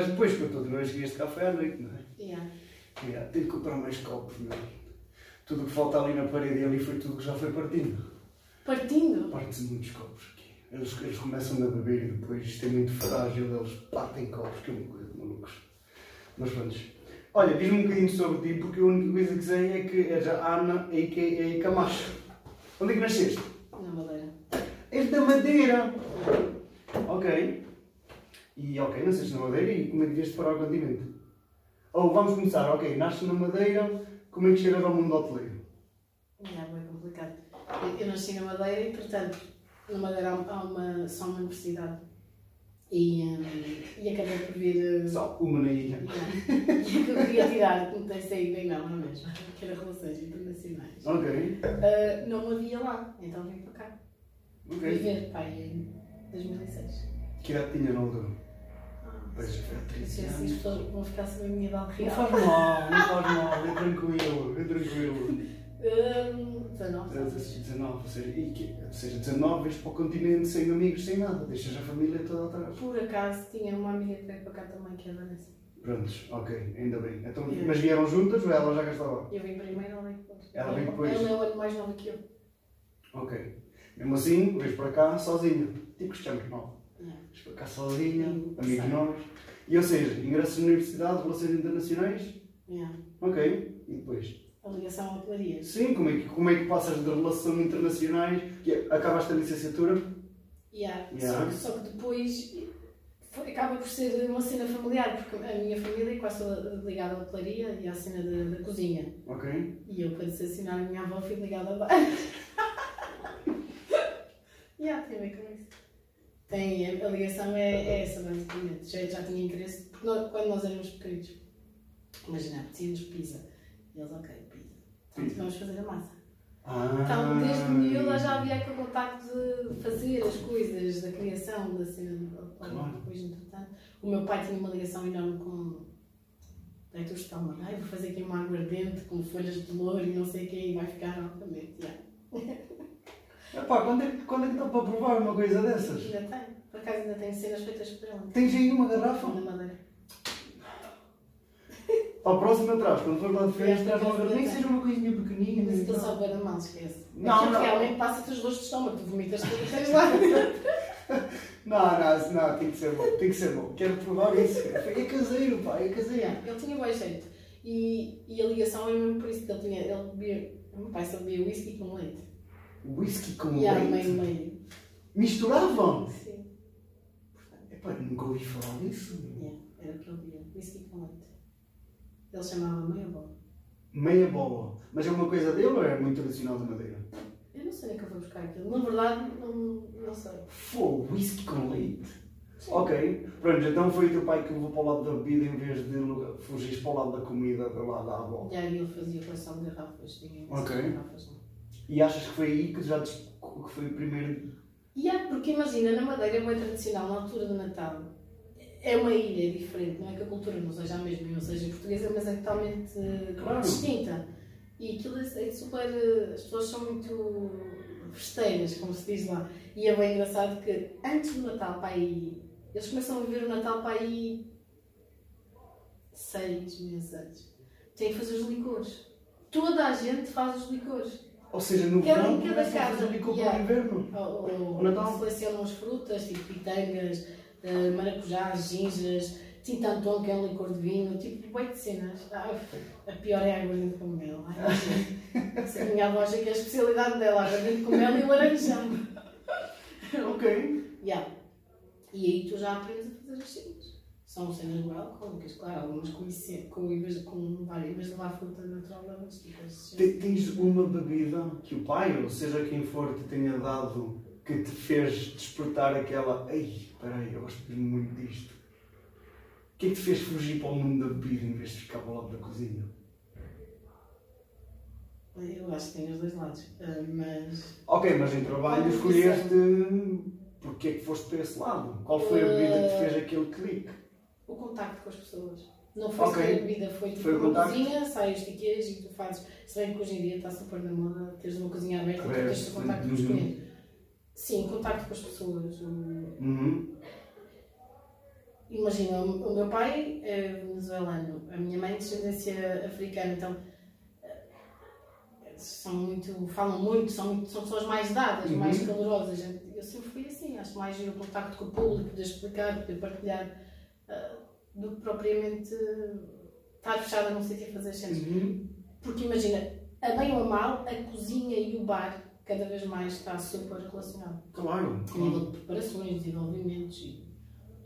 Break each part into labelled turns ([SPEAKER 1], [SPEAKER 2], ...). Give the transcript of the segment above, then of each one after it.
[SPEAKER 1] Mas depois, quando outra vez que este cá foi à noite, não é?
[SPEAKER 2] Yeah.
[SPEAKER 1] Yeah, tenho que comprar mais copos, meu. Tudo o que falta ali na parede ali foi tudo que já foi partindo.
[SPEAKER 2] Partindo.
[SPEAKER 1] Parte-se muitos copos aqui. Eles, eles começam a beber e depois isto é muito frágil, eles partem copos, que é uma coisa de malucos. Mas pronto. Olha, diz-me um bocadinho sobre ti, porque a única coisa que sei é que és a Ana, a.k.a. Camacho. Onde é que nasceste?
[SPEAKER 2] Na Madeira.
[SPEAKER 1] És É da Madeira! Ok. E ok, nasceste na Madeira e como é que vieste para o continente? Ou vamos começar, ok, nasces na Madeira, como é que chegas ao mundo hoteleiro?
[SPEAKER 2] Yeah, bem complicado. Eu- Eu nasci na Madeira e, portanto, na Madeira há um, há uma, só uma universidade. E, hum, e acabei por vir. hum,
[SPEAKER 1] É Só uma na ilha.
[SPEAKER 2] yeah. E eu queria tirar, não tem saído bem não, não é mesmo? Que era Relações Internacionais.
[SPEAKER 1] Ok,
[SPEAKER 2] Ah, não me havia lá, então vim para cá.
[SPEAKER 1] ok.
[SPEAKER 2] Viver, pai, em 2006.
[SPEAKER 1] Que idade tinha na altura?
[SPEAKER 2] Ah,
[SPEAKER 1] Pois, foi há
[SPEAKER 2] se
[SPEAKER 1] 13
[SPEAKER 2] assim, as
[SPEAKER 1] anos.
[SPEAKER 2] pessoas vão ficar sem a minha idade
[SPEAKER 1] Não
[SPEAKER 2] real.
[SPEAKER 1] faz mal, não faz mal, é tranquilo, é tranquilo.
[SPEAKER 2] Hum, 19,
[SPEAKER 1] Era
[SPEAKER 2] talvez.
[SPEAKER 1] 19, ou seja, e que- ou seja, 19 vais para o continente sem amigos, sem nada, deixas a família toda atrás.
[SPEAKER 2] Por acaso tinha uma amiga que veio para cá também, que é a Vanessa.
[SPEAKER 1] Prontos, ok, ainda bem. Então,
[SPEAKER 2] Yeah.
[SPEAKER 1] mas vieram juntas ou ela já gastava?
[SPEAKER 2] Eu vim primeiro, ela veio depois.
[SPEAKER 1] Ela veio depois.
[SPEAKER 2] Ela é o ano mais nova que eu.
[SPEAKER 1] Ok. Mesmo assim, vês para cá sozinha. Tipo Cristiano Ronaldo.
[SPEAKER 2] Yeah.
[SPEAKER 1] Vês para cá sozinha,
[SPEAKER 2] Sim,
[SPEAKER 1] amigos
[SPEAKER 2] sim.
[SPEAKER 1] novos. E ou seja, ingressas na universidade, relações internacionais.
[SPEAKER 2] Yeah.
[SPEAKER 1] Ok. E depois?
[SPEAKER 2] A ligação à pelaria.
[SPEAKER 1] Sim, como é que, como é que passas de relações internacionais? Que é, acabaste a licenciatura?
[SPEAKER 2] Yeah.
[SPEAKER 1] Yeah.
[SPEAKER 2] Só, que, só que depois foi- acaba por ser uma cena familiar, porque a minha família é quase toda ligada à hotelaria e à cena da, da cozinha.
[SPEAKER 1] Ok.
[SPEAKER 2] E eu, para assassinar a minha avó, fui ligada a bar. yeah, tem a ver com isso. Tem, a ligação é, é essa, basicamente. Já, já tinha interesse, porque nós- quando nós éramos pequenos, imagina, tínhamos pizza. E eles, ok, pizza. Então,
[SPEAKER 1] Pizza.
[SPEAKER 2] vamos fazer a massa.
[SPEAKER 1] Ah.
[SPEAKER 2] Então, desde miúda já havia aquele contacto de fazer as coisas, da criação, da cena de é
[SPEAKER 1] Claro.
[SPEAKER 2] depois, entretanto. O meu pai tinha uma ligação enorme com. Dei-te o estômago, ai, vou fazer aqui uma aguardente com folhas de louro e não sei o quê, e vai ficar altamente. Yeah.
[SPEAKER 1] Epá, quando é, que- quando é que dá para provar uma coisa dessas?
[SPEAKER 2] Ainda tenho, por acaso ainda tenho cenas feitas por ela.
[SPEAKER 1] Tens aí uma
[SPEAKER 2] Na
[SPEAKER 1] garrafa?
[SPEAKER 2] madeira.
[SPEAKER 1] Ao próximo atrás, quando for lá de férias,
[SPEAKER 2] Sim,
[SPEAKER 1] traz uma
[SPEAKER 2] sim, sim.
[SPEAKER 1] garrafa. Nem que seja uma coisinha pequenina.
[SPEAKER 2] Mas
[SPEAKER 1] e
[SPEAKER 2] aquilo
[SPEAKER 1] tal.
[SPEAKER 2] só beira mal, esquece.
[SPEAKER 1] Uhum. Não,
[SPEAKER 2] Aquilo
[SPEAKER 1] não.
[SPEAKER 2] realmente passa-te os gostos de estômago, tu vomitas tudo o que tens lá.
[SPEAKER 1] Não, não, não, tem que ser bom, tem que ser bom. Quero provar isso. É caseiro, pá, é caseiro.
[SPEAKER 2] Yeah, ele tinha bom jeito. E, e a ligação era mesmo por isso que ele tinha. Ele bebia. O meu pai só bebia whisky com leite.
[SPEAKER 1] Whisky com
[SPEAKER 2] e era
[SPEAKER 1] leite?
[SPEAKER 2] meio meio.
[SPEAKER 1] Misturavam?
[SPEAKER 2] Sim. Portanto,
[SPEAKER 1] Epá, nunca ouvi falar disso.
[SPEAKER 2] yeah, era o que ele bebia. Whisky com leite. Ele chamava meia bola.
[SPEAKER 1] Meia bola. Mas é uma coisa dele ou é muito tradicional da Madeira?
[SPEAKER 2] Eu não sei nem que eu vou buscar aquilo. Na verdade, não, não sei.
[SPEAKER 1] Fogo, whisky com leite. Ok, pronto, então foi o teu pai que levou para o lado da bebida em vez de lugar- fugires para o lado da comida, para o lado da avó.
[SPEAKER 2] E aí ele fazia coleção de garrafas. Tinha imensas
[SPEAKER 1] Ok.
[SPEAKER 2] garrafas lá.
[SPEAKER 1] E achas que foi aí que já des- que foi o primeiro.
[SPEAKER 2] E é porque imagina, na Madeira é muito tradicional, na altura do Natal, é uma ilha diferente, não é que a cultura não seja a mesma, e não seja portuguesa, mas é totalmente eh,
[SPEAKER 1] Claro.
[SPEAKER 2] distinta. E aquilo é, é super. eh, As pessoas são muito festeiras, como se diz lá. E é bem engraçado que antes do Natal, para aí. Eles começam a viver o Natal para aí. seis meses antes. Têm que fazer os licores. Toda a gente faz os licores.
[SPEAKER 1] Ou seja, no
[SPEAKER 2] Cada-
[SPEAKER 1] verão,
[SPEAKER 2] cada
[SPEAKER 1] começa a
[SPEAKER 2] casa,
[SPEAKER 1] fazer licor para o
[SPEAKER 2] yeah.
[SPEAKER 1] inverno.
[SPEAKER 2] Ou,
[SPEAKER 1] O Natal?
[SPEAKER 2] ou selecionam as frutas, tipo pitangas, eh, maracujás, gingas, tintanton, que é um licor de vinho, tipo boi de cenas. Ah, a pior é a aguardente com mel. Ai, não sei. a minha avó acha que é a especialidade dela, a aguardente com mel e laranjão.
[SPEAKER 1] Ok.
[SPEAKER 2] Yeah. E aí tu já aprendes a fazer as cenas. São cenas bem alcoólicas, claro, algumas com, esse- com, em vez de- com várias, em vez de levar fruta natural, levas tipo as cenas.
[SPEAKER 1] Te- Tens uma bebida que o pai, ou seja quem for, te tenha dado que te fez despertar aquela. Ei, peraí, eu gosto mesmo muito disto. O que é que te fez fugir para o mundo da bebida em vez de ficar para o lado da cozinha?
[SPEAKER 2] Eu acho que tem os dois lados, ah, mas...
[SPEAKER 1] Ok, mas em trabalho
[SPEAKER 2] Olha,
[SPEAKER 1] escolheste. Porque é que foste para esse lado? Qual foi a bebida que te fez aquele clique?
[SPEAKER 2] o contacto com as pessoas. Não foi
[SPEAKER 1] Ok.
[SPEAKER 2] okay. a bebida, foi tipo
[SPEAKER 1] Foi o
[SPEAKER 2] uma
[SPEAKER 1] contacto.
[SPEAKER 2] cozinha, sai os tiqueiros e tu fazes. Se bem que hoje em dia está super na moda teres uma cozinha aberta e tu tens
[SPEAKER 1] Aberto,
[SPEAKER 2] o contacto com os
[SPEAKER 1] uhum.
[SPEAKER 2] hum, clientes. Sim, contacto com as pessoas. o-
[SPEAKER 1] Uhum.
[SPEAKER 2] imagina, o o meu pai é venezuelano, a minha mãe é de descendência africana, então eh, são muito, falam muito, são, muito- são pessoas mais dadas,
[SPEAKER 1] Uhum.
[SPEAKER 2] mais calorosas. Eu sempre fui assim, acho mais o contacto com o público, de explicar, de partilhar, eh, do que propriamente estar fechada num sítio e fazer cenas.
[SPEAKER 1] Uhum.
[SPEAKER 2] Porque imagina, a bem ou a mal, a cozinha e o bar cada vez mais está super relacionado.
[SPEAKER 1] Claro,
[SPEAKER 2] A nível de preparações, desenvolvimentos e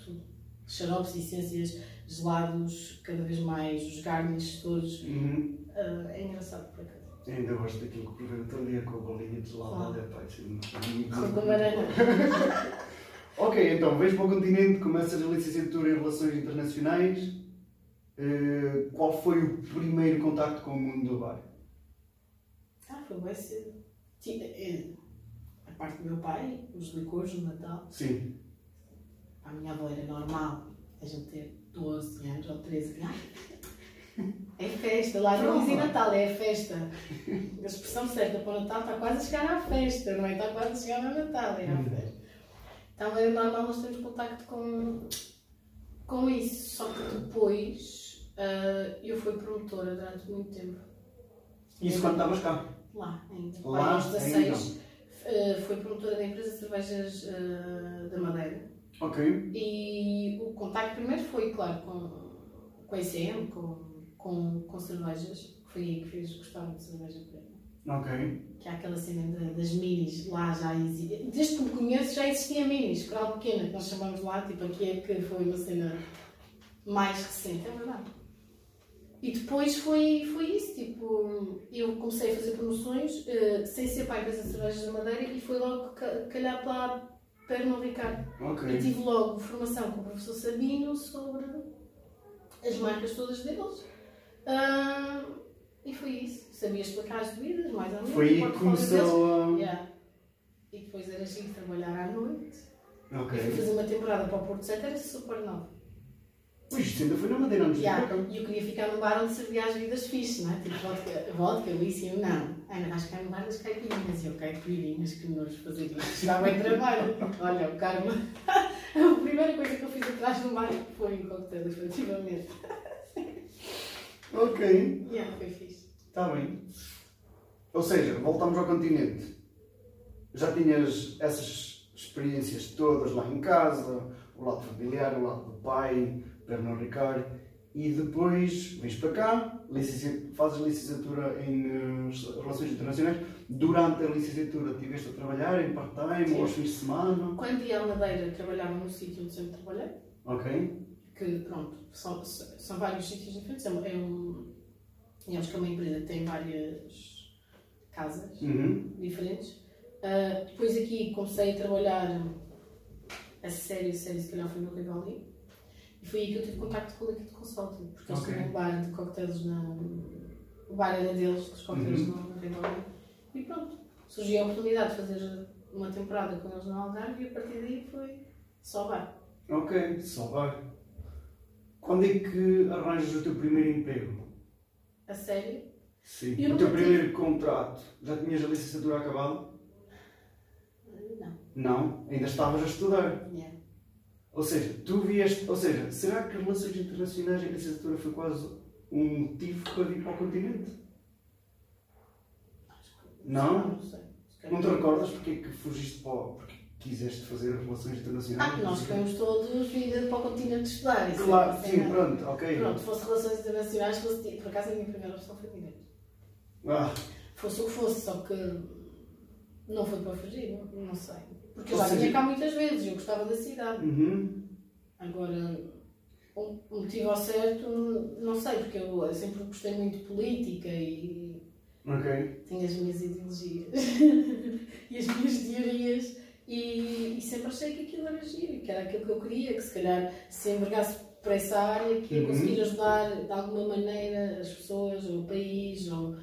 [SPEAKER 2] tudo. Xaropes e essências, gelados, cada vez mais, os garnishes todos.
[SPEAKER 1] Uhum.
[SPEAKER 2] Ah, é engraçado por acaso.
[SPEAKER 1] Ainda gosto daquilo que provei outro dia com a bolinha de gelada.
[SPEAKER 2] Claro.
[SPEAKER 1] Olha, pá, isso é muito
[SPEAKER 2] Com a banana.
[SPEAKER 1] Ok, então vens para o continente, começas a licenciatura em Relações Internacionais. Eh, qual foi o primeiro contacto com o mundo do bar?
[SPEAKER 2] Ah, foi bem cedo. Ti- eh, A parte do meu pai, os licores no Natal.
[SPEAKER 1] Sim.
[SPEAKER 2] A minha avó era normal, a gente ter 12 anos ou 13 anos. É festa, lá não dizem Natal, é festa. A expressão certa para o Natal está quase a chegar à festa, não é? Está quase a chegar ao Natal, é
[SPEAKER 1] Uhum.
[SPEAKER 2] à festa. Então é normal nós termos contacto com, com isso. Só que depois ah, eu fui promotora durante muito tempo.
[SPEAKER 1] Isso quando estavas cá?
[SPEAKER 2] Lá, ainda.
[SPEAKER 1] Lá, então.
[SPEAKER 2] aos
[SPEAKER 1] ainda.
[SPEAKER 2] 16, ah, fui promotora da empresa de cervejas ah, da Madeira.
[SPEAKER 1] Ok.
[SPEAKER 2] E o contacto primeiro foi, claro, com, com a ICM, com, com, com cervejas, que foi aí que fez gostar de cerveja preta.
[SPEAKER 1] Ok.
[SPEAKER 2] Que é aquela cena da- das minis, lá já existia. Desde que me conheço já existia minis, coral pequena, que nós chamamos lá, tipo aqui é que foi uma cena mais recente, é verdade. E depois foi, foi isso, tipo, eu comecei a fazer promoções eh, sem ser para a empresa de cervejas da Madeira e foi logo ca- calhar para a Pernambuco Ricardo. E
[SPEAKER 1] Ok.
[SPEAKER 2] tive logo formação com o professor Sabino sobre as marcas todas deles. Ah, e foi isso. Sabia explicar as bebidas, mais ou menos.
[SPEAKER 1] Foi aí
[SPEAKER 2] o
[SPEAKER 1] que
[SPEAKER 2] um portfólio deles.
[SPEAKER 1] começou a.
[SPEAKER 2] Yeah. E depois era giro trabalhar à noite. E fui
[SPEAKER 1] Ok.
[SPEAKER 2] fazer uma temporada para o Porto Santo, era super nova.
[SPEAKER 1] Pois isto ainda foi na Madeira antes de
[SPEAKER 2] Yeah.
[SPEAKER 1] ir para cá.
[SPEAKER 2] E então, eu queria ficar num bar onde servia as bebidas fixe, não é? Tipo vodka, vodka lício, não. Ana, vais ficar num bar das caipirinhas. E eu, caipirinhas, que nojo fazer isto. Dá bem trabalho. Olha, o karma. A primeira coisa que eu fiz atrás do mar foi um coquetel, efetivamente.
[SPEAKER 1] Ok.
[SPEAKER 2] Yeah, foi fixe.
[SPEAKER 1] Está Tá bem. Ou seja, voltamos ao continente. Já tinhas essas experiências todas lá em casa, o lado familiar, o lado do pai, Bernardo Ricardo. E depois vens para cá, licenci- fazes licenciatura em eh, Relações Internacionais. Durante a licenciatura estiveste a trabalhar em part-time ou aos fins de semana.
[SPEAKER 2] Quando ia à Madeira, trabalhava num sítio onde sempre trabalhei,
[SPEAKER 1] Ok.
[SPEAKER 2] que pronto, são, são vários sítios diferentes. É um, é um, digamos que é uma empresa que tem várias casas
[SPEAKER 1] Uhum.
[SPEAKER 2] diferentes. Ah, depois aqui comecei a trabalhar a sério, a sério, se calhar foi no Rivoli. E foi aí que eu tive contacto com o Liquid Consulting, porque eles
[SPEAKER 1] Ok.
[SPEAKER 2] tinham um bar de coquetéis na. O bar era deles, dos coquetéis
[SPEAKER 1] Uhum.
[SPEAKER 2] no no Rivoli. E pronto, surgiu a oportunidade de fazer uma temporada com eles no Algarve e a partir daí foi só bar.
[SPEAKER 1] Ok, só vai. Quando é que arranjas o teu primeiro emprego?
[SPEAKER 2] A sério?
[SPEAKER 1] Sim.
[SPEAKER 2] Eu
[SPEAKER 1] o
[SPEAKER 2] nunca
[SPEAKER 1] teu
[SPEAKER 2] tive-
[SPEAKER 1] primeiro contrato, já tinhas a licenciatura acabada?
[SPEAKER 2] Não.
[SPEAKER 1] Não, ainda estavas a estudar.
[SPEAKER 2] Yeah.
[SPEAKER 1] Ou seja, tu vieste. Ou seja, será que relações internacionais e a licenciatura foi quase um motivo para vir para o continente?
[SPEAKER 2] Acho que-
[SPEAKER 1] Não?
[SPEAKER 2] Não sei. Se calhar- Ah,
[SPEAKER 1] Não te recordas porque é que fugiste para o. porque quiseste fazer relações internacionais?
[SPEAKER 2] Ah, nós queremos todos vir para o continente estudar. isso é uma
[SPEAKER 1] Claro, sim,
[SPEAKER 2] cena-
[SPEAKER 1] pronto, ok.
[SPEAKER 2] Pronto, fosse relações internacionais, fosse. ti- Por acaso a minha primeira opção foi direito.
[SPEAKER 1] Ah,
[SPEAKER 2] Fosse o que fosse, só que não foi para fugir, não, não sei. Porque eu
[SPEAKER 1] Ou
[SPEAKER 2] já
[SPEAKER 1] seja-
[SPEAKER 2] vinha cá muitas vezes, eu gostava da cidade.
[SPEAKER 1] uhum.
[SPEAKER 2] Agora, o o motivo ao certo, não sei, porque eu sempre gostei muito de política e
[SPEAKER 1] Ok.
[SPEAKER 2] tenho as minhas ideologias e as minhas teorias. E, e sempre achei que aquilo era giro, que era aquilo que eu queria, que se calhar se envergasse por essa área, que ia
[SPEAKER 1] Uhum.
[SPEAKER 2] conseguir ajudar de alguma maneira as pessoas, ou o país, ou.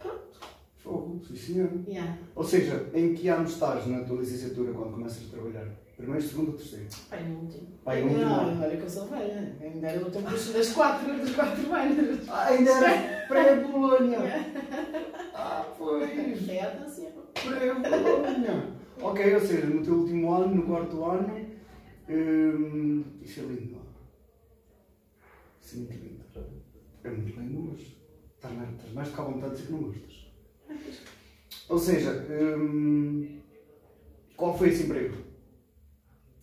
[SPEAKER 2] Pronto,
[SPEAKER 1] Fogo, sim senhor.
[SPEAKER 2] yeah.
[SPEAKER 1] Ou seja, em que ano estás na tua licenciatura quando começas a trabalhar? Primeiro, segundo ou terceiro?
[SPEAKER 2] Pai, não tenho.
[SPEAKER 1] Pai, não tem
[SPEAKER 2] Não,
[SPEAKER 1] nada.
[SPEAKER 2] olha que eu sou velha. Ainda era o tempo das quatro, das quatro anos.
[SPEAKER 1] Ah, ainda era pré-Bolonha! Ah, pois!
[SPEAKER 2] É a atenção.
[SPEAKER 1] Pré-Bolonha! Ok, ou seja, no teu último ano, no quarto ano, hum, isso é lindo. ser muito lindo. É muito lindo, mas estás mais, estás mais de cá à vontade de dizer que não gostas. Ou seja, hum, qual foi esse emprego?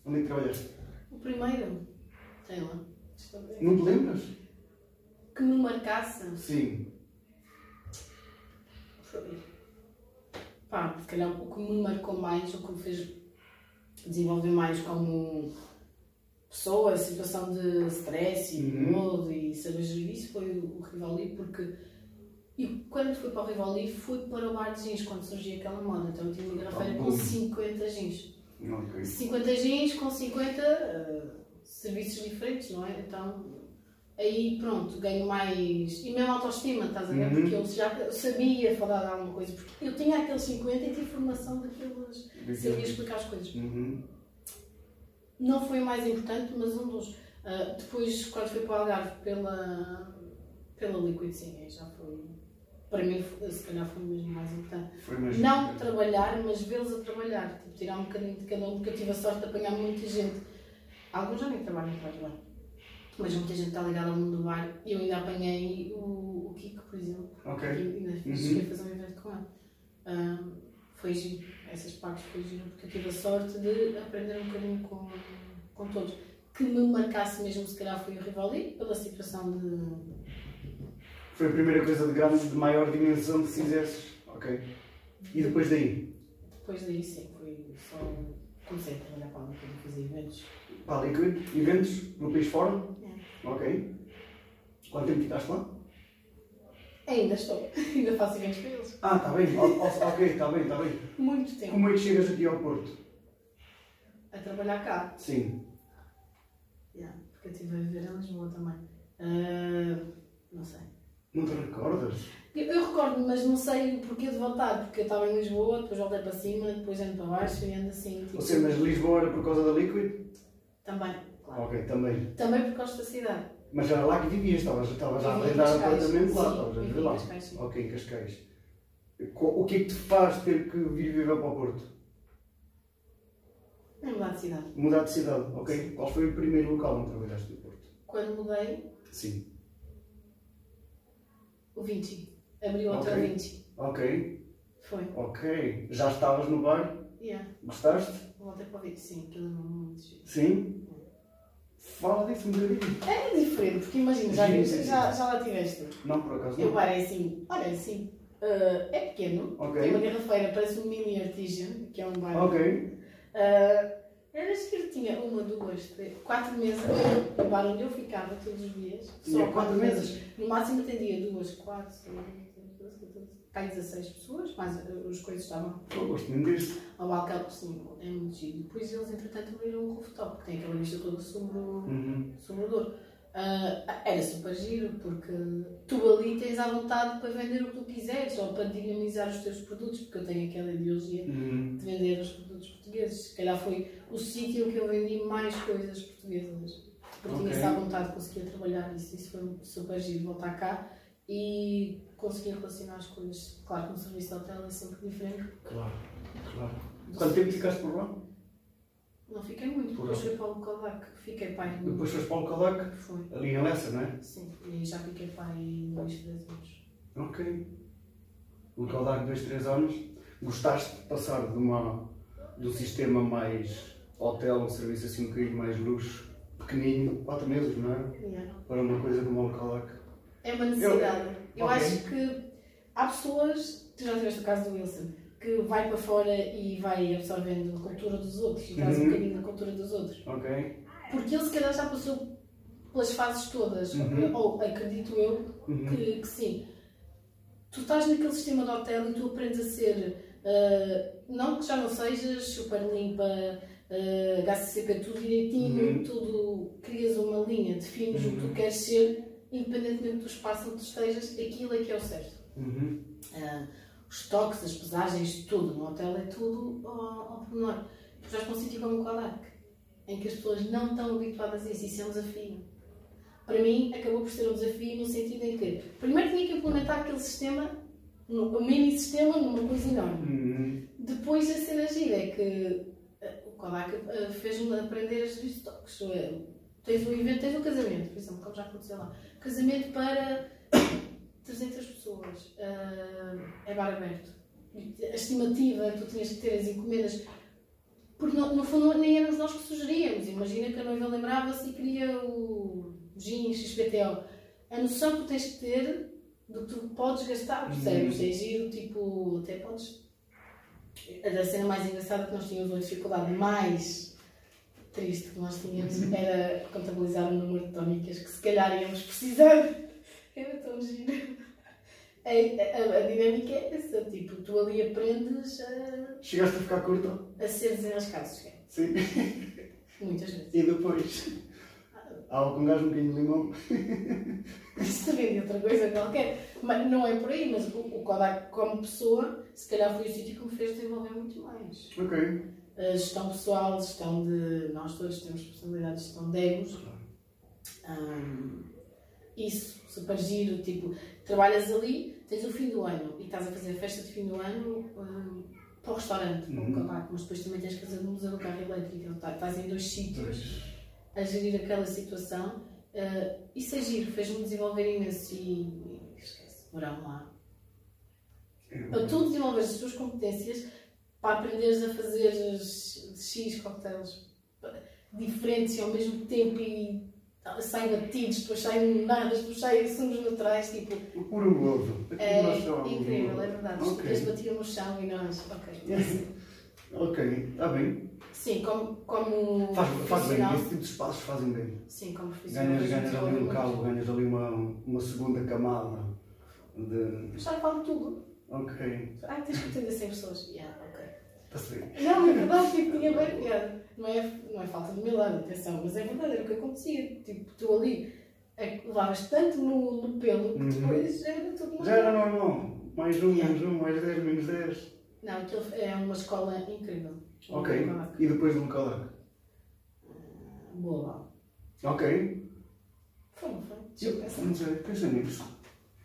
[SPEAKER 1] Onde é que trabalhaste?
[SPEAKER 2] O primeiro, sei lá, estou a ver.
[SPEAKER 1] Não te lembras?
[SPEAKER 2] que me marcasse.
[SPEAKER 1] Sim.
[SPEAKER 2] Foi. Pá, se calhar o que me marcou mais, o que me fez desenvolver mais como pessoa, situação de stress e
[SPEAKER 1] Uhum.
[SPEAKER 2] modo e saber gerir isso foi o o Rivoli, porque. E quando fui para o Rivoli, fui para o bar de gins, quando surgia aquela moda. Então eu tinha uma garrafeira com
[SPEAKER 1] bom.
[SPEAKER 2] 50 gins.
[SPEAKER 1] Ok.
[SPEAKER 2] 50 gins com 50 ah, serviços diferentes, não é? Então, aí pronto, ganho mais. E mesmo autoestima, estás a ver?
[SPEAKER 1] Uhum.
[SPEAKER 2] Porque eu já eu sabia falar de alguma coisa, porque eu tinha aqueles 50 e tinha formação daqueles. Sabia explicar as coisas.
[SPEAKER 1] Uhum.
[SPEAKER 2] Não foi o mais importante, mas um dos. Ah, depois, quando fui para o Algarve pela, pela Liquid Singing, já foi. Para mim, foi- se calhar foi mesmo mais importante
[SPEAKER 1] Foi mais um.
[SPEAKER 2] não trabalhar, mas vê-los a trabalhar, tipo, tirar um bocadinho de cada um, porque eu tive a sorte de apanhar muita gente. Alguns já nem trabalham para lá, mas muita gente está ligada ao mundo do bar. E eu ainda apanhei o, o Kiko, por exemplo,
[SPEAKER 1] Ok.
[SPEAKER 2] que ainda fiz-
[SPEAKER 1] Uhum.
[SPEAKER 2] cheguei a fazer um evento com ele. Ahm, foi giro, essas partes foi giro, porque eu tive a sorte de aprender um bocadinho com, com todos. Que me marcasse mesmo, se calhar, foi o Rivali, pela situação de.
[SPEAKER 1] Foi a primeira coisa de grande, de maior dimensão que fizesses. Ok. E depois daí?
[SPEAKER 2] Depois daí, sim, foi só. Comecei a trabalhar para alguma coisa, fazer eventos.
[SPEAKER 1] Para a Liquid, eventos no país fora?
[SPEAKER 2] É.
[SPEAKER 1] Ok. Quanto tempo ficaste lá?
[SPEAKER 2] Ainda estou, ainda faço eventos para eles.
[SPEAKER 1] Ah, está bem. O- o- ok, está bem, está bem.
[SPEAKER 2] Muito tempo.
[SPEAKER 1] Como é que chegas aqui ao Porto?
[SPEAKER 2] A trabalhar cá.
[SPEAKER 1] Sim.
[SPEAKER 2] Yeah, porque eu estive a viver em Lisboa também. Ah, não sei.
[SPEAKER 1] Não te recordas?
[SPEAKER 2] Eu, eu recordo-me, mas não sei o porquê de voltar, porque eu estava em Lisboa, depois voltei para cima, depois ando para baixo e ando assim. Tipo,
[SPEAKER 1] Ou seja, mas Lisboa era por causa da Liquid? Ah,
[SPEAKER 2] Também, claro.
[SPEAKER 1] Ok, também.
[SPEAKER 2] Também por causa da cidade.
[SPEAKER 1] Mas era lá que vivias, estavas, estavas a
[SPEAKER 2] Vivia em
[SPEAKER 1] arrendar
[SPEAKER 2] Cascais,
[SPEAKER 1] apartamento lá,
[SPEAKER 2] sim,
[SPEAKER 1] estavas a
[SPEAKER 2] vivia
[SPEAKER 1] viver
[SPEAKER 2] em
[SPEAKER 1] lá.
[SPEAKER 2] Cascais, sim.
[SPEAKER 1] Ok, em Cascais. Co- O que é que te faz ter que vir viver para o Porto?
[SPEAKER 2] Nem É mudar de cidade.
[SPEAKER 1] Mudar de cidade, ok? Qual foi o primeiro local onde trabalhaste no Porto?
[SPEAKER 2] Quando mudei,
[SPEAKER 1] Sim.
[SPEAKER 2] o Vinci. Abriu outro
[SPEAKER 1] Ok.
[SPEAKER 2] Vinci.
[SPEAKER 1] Ok,
[SPEAKER 2] Foi.
[SPEAKER 1] ok. Já estavas no bar?
[SPEAKER 2] Yeah.
[SPEAKER 1] Gostaste?
[SPEAKER 2] Voltei para o Vinci, sim, aquilo é muito giro.
[SPEAKER 1] Sim? Fala disso um bocadinho.
[SPEAKER 2] É diferente, porque imagina, já,
[SPEAKER 1] Sim, sim,
[SPEAKER 2] já, já lá tiveste.
[SPEAKER 1] Não, por acaso
[SPEAKER 2] Eu
[SPEAKER 1] não.
[SPEAKER 2] parei assim, olha assim, ah, é pequeno,
[SPEAKER 1] Ok.
[SPEAKER 2] tem uma garrafeira, parece um mini artijan, que é um bar.
[SPEAKER 1] Ok,
[SPEAKER 2] Ah, era que tinha uma, duas, três, quatro mesas no bar onde eu ficava todos os dias.
[SPEAKER 1] Tinha quatro mesas?
[SPEAKER 2] No máximo atendia duas, quatro, seis, oito, doze, quatorze, cá 16 pessoas, mas ah, os coisas estavam
[SPEAKER 1] eu gosto muito disso.
[SPEAKER 2] ao alcance, sim, é muito giro. Depois eles, entretanto, abriram o rooftop, que tem aquela vista toda sobre o
[SPEAKER 1] Uhum.
[SPEAKER 2] sobrador. Ah, era super giro, porque tu ali tens à vontade para vender o que tu quiseres ou para dinamizar os teus produtos, porque eu tenho aquela ideologia
[SPEAKER 1] Uhum.
[SPEAKER 2] de vender os produtos portugueses. Se calhar foi o sítio em que eu vendi mais coisas portuguesas, porque
[SPEAKER 1] Ok.
[SPEAKER 2] tinha-se à vontade, conseguia trabalhar isso. Isso foi super giro, voltar cá e conseguia relacionar as coisas. Claro que um serviço de hotel é sempre diferente.
[SPEAKER 1] Claro, claro. Quanto tempo ficaste por lá?
[SPEAKER 2] Não fiquei muito,
[SPEAKER 1] Por
[SPEAKER 2] depois fui para o Kodak, fiquei pai.
[SPEAKER 1] Depois foste para o Kodak,
[SPEAKER 2] Foi,
[SPEAKER 1] ali em Lessa, não é?
[SPEAKER 2] sim, e já fiquei pai em dois, três anos.
[SPEAKER 1] Ok. Um caudar de 2, 3 anos. Gostaste de passar de, uma, de um sistema mais hotel, um serviço assim um bocadinho mais luxo, pequenino, 4 meses, não é?
[SPEAKER 2] Yeah.
[SPEAKER 1] Para uma coisa como o Calac.
[SPEAKER 2] É uma necessidade. Eu,
[SPEAKER 1] Ok.
[SPEAKER 2] acho que há pessoas, tu já tiveste o caso do Wilson, que vai para fora e vai absorvendo a cultura dos outros e traz um
[SPEAKER 1] Uhum.
[SPEAKER 2] bocadinho da cultura dos outros.
[SPEAKER 1] Ok?
[SPEAKER 2] Porque ele se calhar já passou pelas fases todas,
[SPEAKER 1] Uhum.
[SPEAKER 2] ou acredito eu
[SPEAKER 1] Uhum.
[SPEAKER 2] que, que sim. Tu estás naquele sistema de hotel e tu aprendes a ser, ah, não que já não sejas super limpa, uh, HCCP tudo direitinho,
[SPEAKER 1] Uhum.
[SPEAKER 2] tudo, crias uma linha, defines o que tu
[SPEAKER 1] Uhum.
[SPEAKER 2] queres ser, independentemente do espaço onde tu estejas, aquilo é que é o certo.
[SPEAKER 1] Uhum.
[SPEAKER 2] Ah, os toques, as pesagens, tudo. No hotel é tudo ao, ao pormenor. Tu vais para um sítio como o Kodak, em que as pessoas não estão habituadas a isso. Isso é um desafio. Para mim, acabou por ser um desafio no sentido em que, primeiro, tinha que implementar aquele sistema, um um mini sistema, numa coisa enorme.
[SPEAKER 1] Uhum.
[SPEAKER 2] Depois, a ah, cena gira é que eh, o Kodak eh, fez-me aprender a gerir toques. Tens o evento, tens o casamento, por exemplo, como já aconteceu lá. Casamento para 300 pessoas. ah, é bar aberto. A estimativa, tu tinhas que ter as encomendas. Porque no, no fundo nem éramos nós que sugeríamos. Imagina que a noiva lembrava-se e queria o gin, XPTO. A noção que tu tens que ter do que tu podes gastar, percebes?
[SPEAKER 1] Uhum.
[SPEAKER 2] É giro, tipo, até podes. A cena mais engraçada é que nós tínhamos uma dificuldade mais triste que nós tínhamos era contabilizar o número de tónicas que se calhar íamos precisar. Era tão giro. A, a- a dinâmica é essa, tipo, tu ali aprendes a,
[SPEAKER 1] Chegaste a ficar curto?
[SPEAKER 2] a ser desenrascado, é.
[SPEAKER 1] Sim.
[SPEAKER 2] muitas vezes.
[SPEAKER 1] E depois? Algo com gás, um bocadinho de limão.
[SPEAKER 2] Isto também de outra coisa qualquer, mas não é por aí, mas o, o Kodak como pessoa, se calhar foi o sítio que me fez desenvolver muito mais.
[SPEAKER 1] Ok.
[SPEAKER 2] A gestão pessoal, gestão de. Nós todos temos personalidades, gestão de egos. Ahm, isso, super giro. Tipo, trabalhas ali, tens o fim do ano e estás a fazer festa de fim do ano ahm, para o restaurante, para o
[SPEAKER 1] Uhum.
[SPEAKER 2] cavaco, mas depois também tens que fazer no museu do carro elétrico. Então, tá- estás em dois sítios a gerir aquela situação. Ah, isso é giro, fez-me desenvolver imenso e. e esquece, verão lá. Para Então, tu desenvolveres as tuas competências para aprenderes a fazer X coquetéis diferentes e ao mesmo tempo e ah, saem batidos, depois saem nadas, depois saem sumos naturais, tipo,
[SPEAKER 1] O puro gozo. Aqui
[SPEAKER 2] é
[SPEAKER 1] nós chamamos de
[SPEAKER 2] incrível,
[SPEAKER 1] gozo.
[SPEAKER 2] é verdade.
[SPEAKER 1] Ok.
[SPEAKER 2] Eles batiam no chão e nós, ok.
[SPEAKER 1] Ok, está bem.
[SPEAKER 2] Sim, como, como
[SPEAKER 1] Faz, faz bem,
[SPEAKER 2] profissional,
[SPEAKER 1] esse tipo de espaços fazem bem.
[SPEAKER 2] sim, como profissional.
[SPEAKER 1] Ganhas, ganhas
[SPEAKER 2] desenvolve
[SPEAKER 1] ali um
[SPEAKER 2] é muito.
[SPEAKER 1] calo, ganhas ali uma, uma segunda camada de.
[SPEAKER 2] Já falo tudo.
[SPEAKER 1] Ok,
[SPEAKER 2] Ai, tens que atender 100 pessoas. Yeah, ok.
[SPEAKER 1] está-se bem.
[SPEAKER 2] Não, é verdade, tipo, tinha bem piada. Não é, não é falta de humildade, atenção, mas é verdade, era o que acontecia. Tipo, tu ali é, levavas tanto no, no pelo que
[SPEAKER 1] Uhum.
[SPEAKER 2] depois era tudo
[SPEAKER 1] Já
[SPEAKER 2] mal.
[SPEAKER 1] era normal. Mais um, menos um, mais dez, menos dez.
[SPEAKER 2] Não, aquilo é uma escola incrível.
[SPEAKER 1] Ok.
[SPEAKER 2] Uma escola
[SPEAKER 1] E depois de um Kodak?
[SPEAKER 2] Boa lá.
[SPEAKER 1] Ok.
[SPEAKER 2] Foi, não foi?
[SPEAKER 1] Eu
[SPEAKER 2] Deixa eu
[SPEAKER 1] não sei, pensa nisso.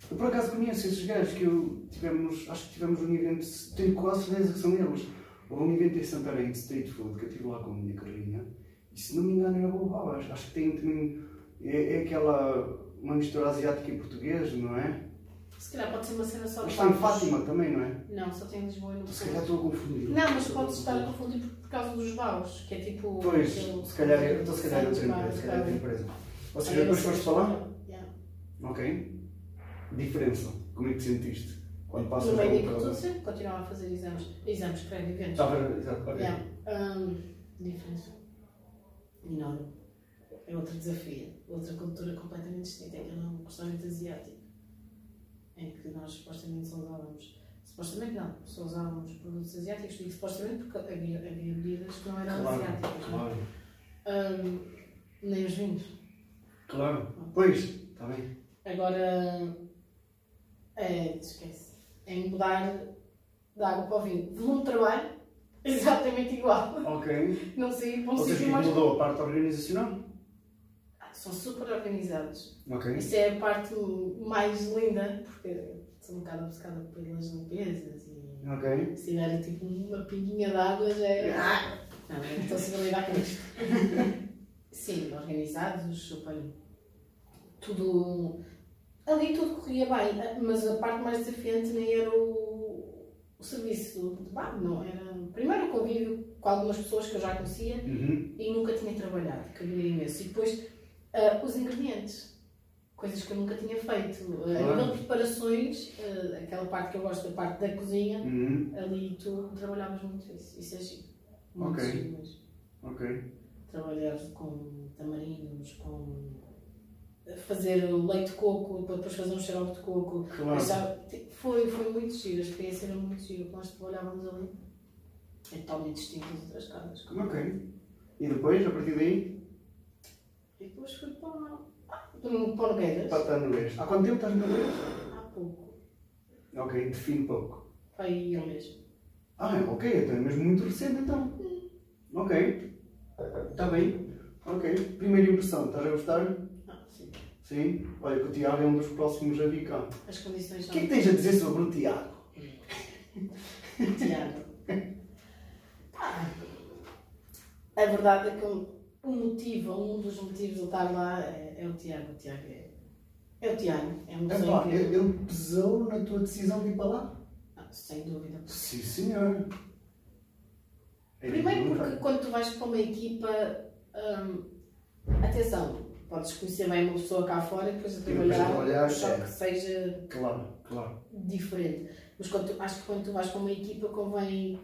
[SPEAKER 1] Eu por acaso conheço esses gajos que eu tivemos, acho que tivemos um evento, tenho quase certeza que são eles. Houve um evento em Santarém de Street Food que eu estive lá com a minha carrinha e se não me engano era boa acho, acho que tem também. É, é aquela. uma mistura asiática e português, não é?
[SPEAKER 2] pensar. Se calhar pode ser uma cena só
[SPEAKER 1] Mas
[SPEAKER 2] de
[SPEAKER 1] está em
[SPEAKER 2] bares.
[SPEAKER 1] Fátima também, não é?
[SPEAKER 2] Não, só tem em Lisboa e no
[SPEAKER 1] Se calhar
[SPEAKER 2] Porto.
[SPEAKER 1] estou a confundir.
[SPEAKER 2] Não, mas pode estar a confundir por, por causa dos baus, que é tipo.
[SPEAKER 1] Pois,
[SPEAKER 2] aquele-
[SPEAKER 1] se calhar é, então se calhar é outra
[SPEAKER 2] Santos,
[SPEAKER 1] empresa, se calhar é outra
[SPEAKER 2] baus,
[SPEAKER 1] empresa. Ou
[SPEAKER 2] baus.
[SPEAKER 1] seja, depois
[SPEAKER 2] Era
[SPEAKER 1] foste
[SPEAKER 2] essa
[SPEAKER 1] falar?
[SPEAKER 2] escola. assim, Yeah.
[SPEAKER 1] Ok. Diferença. Como é que te sentiste? Quando passas
[SPEAKER 2] No meio daquilo
[SPEAKER 1] pela-
[SPEAKER 2] tudo, sempre continuava a fazer exames. Exames, creio, eventos.
[SPEAKER 1] Estava. Exato, ok.
[SPEAKER 2] Yeah. Um, diferença. Enorme. É outro desafio. Outra cultura completamente distinta. É que era um restaurante asiático. Em que nós supostamente só usávamos. Supostamente não. Só usávamos produtos asiáticos. Digo supostamente porque havia, havia bebidas que não eram
[SPEAKER 1] Claro,
[SPEAKER 2] asiáticas. não é?
[SPEAKER 1] claro.
[SPEAKER 2] Um, nem os vinhos.
[SPEAKER 1] Claro. Pois, está bem.
[SPEAKER 2] Agora. É, esquece. É mudar da água para o vinho. Volume de trabalho, exatamente igual.
[SPEAKER 1] Ok.
[SPEAKER 2] Não sei para um
[SPEAKER 1] Ou seja,
[SPEAKER 2] sítio
[SPEAKER 1] que
[SPEAKER 2] mais.
[SPEAKER 1] mudou a parte organizacional?
[SPEAKER 2] Ah, São super organizados.
[SPEAKER 1] Ok.
[SPEAKER 2] Isso é a parte mais linda, porque sou um bocado obcecada pelas limpezas e.
[SPEAKER 1] Ok.
[SPEAKER 2] Se tiver tipo uma pinguinha de água já é. Ah! Não, eu estou sempre a lidar com isto. Sim, organizados, super. Tudo. Ali tudo corria bem, ah, mas a parte mais desafiante nem era o, o serviço de bar, não. Era primeiro o convívio com algumas pessoas que eu já conhecia
[SPEAKER 1] Uhum.
[SPEAKER 2] e nunca tinha trabalhado, que admiro imenso. E depois ah, os ingredientes, coisas que eu nunca tinha feito. Ah, A
[SPEAKER 1] Claro.
[SPEAKER 2] nível de preparações, ah, aquela parte que eu gosto, a parte da cozinha,
[SPEAKER 1] Uhum.
[SPEAKER 2] ali tu trabalhavas muito isso. Isso é giro. Muito
[SPEAKER 1] Ok.
[SPEAKER 2] giro mesmo.
[SPEAKER 1] Ok.
[SPEAKER 2] Trabalhar com tamarindos, com fazer o leite de coco, para depois fazer um xarope de coco.
[SPEAKER 1] Claro.
[SPEAKER 2] Achava- ti- Foi, foi muito giro, a experiência era muito giro, nós trabalhávamos ali. É totalmente distinto das outras casas.
[SPEAKER 1] Ok. E depois, a partir daí,
[SPEAKER 2] E depois fui para, ah, para o Nogueiras,
[SPEAKER 1] para estar no Oeste. Há quanto tempo estás no Oeste?
[SPEAKER 2] há pouco,
[SPEAKER 1] Ok, define pouco.
[SPEAKER 2] para aí ao mesmo.
[SPEAKER 1] Ah, ok, então é mesmo muito recente então.
[SPEAKER 2] Hum.
[SPEAKER 1] Ok. Está bem. Ok. Primeira impressão, estás a gostar?
[SPEAKER 2] Ah, sim.
[SPEAKER 1] Sim. Olha que o Tiago é um dos próximos a vir cá.
[SPEAKER 2] As condições
[SPEAKER 1] O
[SPEAKER 2] são
[SPEAKER 1] que é que tens a dizer sobre o Tiago?
[SPEAKER 2] Tiago. Pá, A verdade é que eu o motivo, ou um dos motivos de eu estar lá é, é o Tiago. O Tiago é, é o Tiago, é um
[SPEAKER 1] Epá,
[SPEAKER 2] pessoa incrível.
[SPEAKER 1] ele ele pesou na tua decisão de ir para lá?
[SPEAKER 2] Ah, Sem dúvida.
[SPEAKER 1] Sim, senhor. É
[SPEAKER 2] Primeiro
[SPEAKER 1] difícil,
[SPEAKER 2] porque quando tu vais para uma equipa, hum, atenção, podes conhecer bem uma pessoa cá fora e depois a
[SPEAKER 1] depois a
[SPEAKER 2] trabalhar,
[SPEAKER 1] trabalhar,
[SPEAKER 2] só
[SPEAKER 1] é.
[SPEAKER 2] que seja
[SPEAKER 1] não é? Claro, claro.
[SPEAKER 2] diferente. Mas quando tu- acho que quando tu vais para uma equipa convém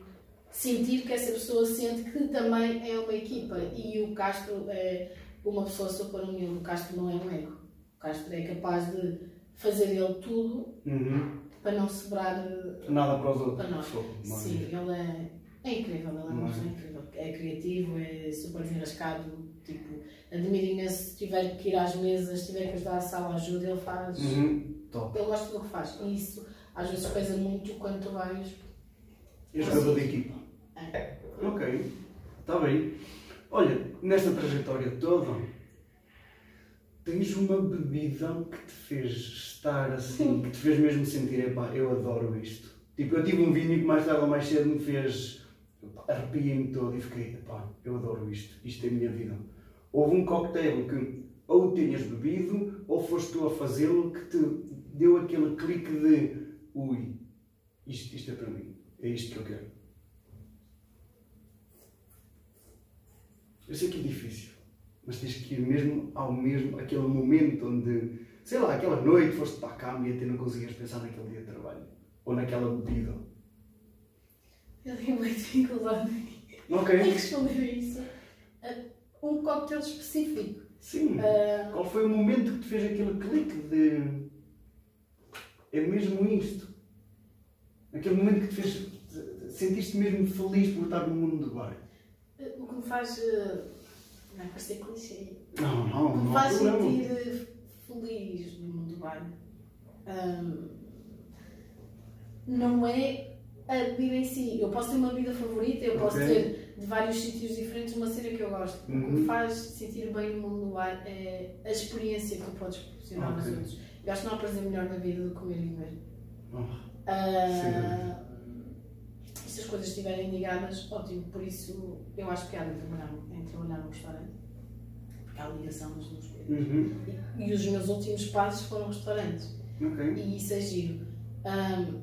[SPEAKER 2] sentir que essa pessoa sente que também é uma equipa. E o Castro é uma pessoa super humilde, o Castro não é um ego. O Castro é capaz de fazer ele tudo
[SPEAKER 1] Uhum.
[SPEAKER 2] para não sobrar eh,
[SPEAKER 1] Nada para os outros.
[SPEAKER 2] Para nós.
[SPEAKER 1] Fogo, mano.
[SPEAKER 2] Sim, ele é, é incrível, ele é uma pessoa incrível. É criativo, é super desenrascado, tipo, admiro imenso se tiver que ir às mesas, se tiver que ajudar a sala ajuda, ele faz.
[SPEAKER 1] Uhum. Top.
[SPEAKER 2] Ele gosta do que faz. E isso às vezes pesa muito quando tu vais.
[SPEAKER 1] E jogador de equipa.
[SPEAKER 2] É.
[SPEAKER 1] Ok, está bem. Olha, nesta trajetória toda, tens uma bebida que te fez estar assim, que te fez mesmo sentir, epá, eu adoro isto. Tipo, eu tive um vinho que mais tarde ou mais cedo me fez, epá, arrepiei-me todo e fiquei, epá, eu adoro isto, isto é a minha vida. Houve um cocktail que ou tinhas bebido ou foste tu a fazê-lo que te deu aquele clique de, ui, isto, isto é para mim, é isto que eu quero. Eu sei que é difícil, mas tens que ir mesmo ao mesmo, aquele momento onde, sei lá, aquela noite foste para a cama e até não conseguias pensar naquele dia de trabalho. Ou naquela bebida.
[SPEAKER 2] Eu tenho muita dificuldade em
[SPEAKER 1] Ok?
[SPEAKER 2] responder a isso. Uh, Um cocktail específico.
[SPEAKER 1] Sim.
[SPEAKER 2] Uh,
[SPEAKER 1] Qual foi o momento que te fez aquele clique de. É mesmo isto? Aquele momento que te fez. Sentiste mesmo feliz por estar no mundo do bar?
[SPEAKER 2] o que me faz. uh, Vai parecer clichê.
[SPEAKER 1] Não, não,
[SPEAKER 2] me
[SPEAKER 1] não há
[SPEAKER 2] faz
[SPEAKER 1] problema.
[SPEAKER 2] sentir eh, feliz no mundo do baile. Ahm, não é a bebida em si. Eu posso ter uma bebida favorita, eu posso
[SPEAKER 1] Ok.
[SPEAKER 2] ter de vários sítios diferentes uma cena que eu gosto. O que
[SPEAKER 1] Uhum.
[SPEAKER 2] me faz sentir bem no mundo do bar é a experiência que tu podes proporcionar aos
[SPEAKER 1] Ok.
[SPEAKER 2] outros. Eu acho que não há prazer melhor na vida do que comer e beber.
[SPEAKER 1] Oh,
[SPEAKER 2] Ah, se as coisas estiverem ligadas, ótimo. Por isso, eu acho que há de trabalhar um, em trabalhar num restaurante. Porque há ligação nas duas coisas.
[SPEAKER 1] Uhum.
[SPEAKER 2] E, e os meus últimos passos foram restaurantes.
[SPEAKER 1] Ok.
[SPEAKER 2] E isso é giro. Ahm,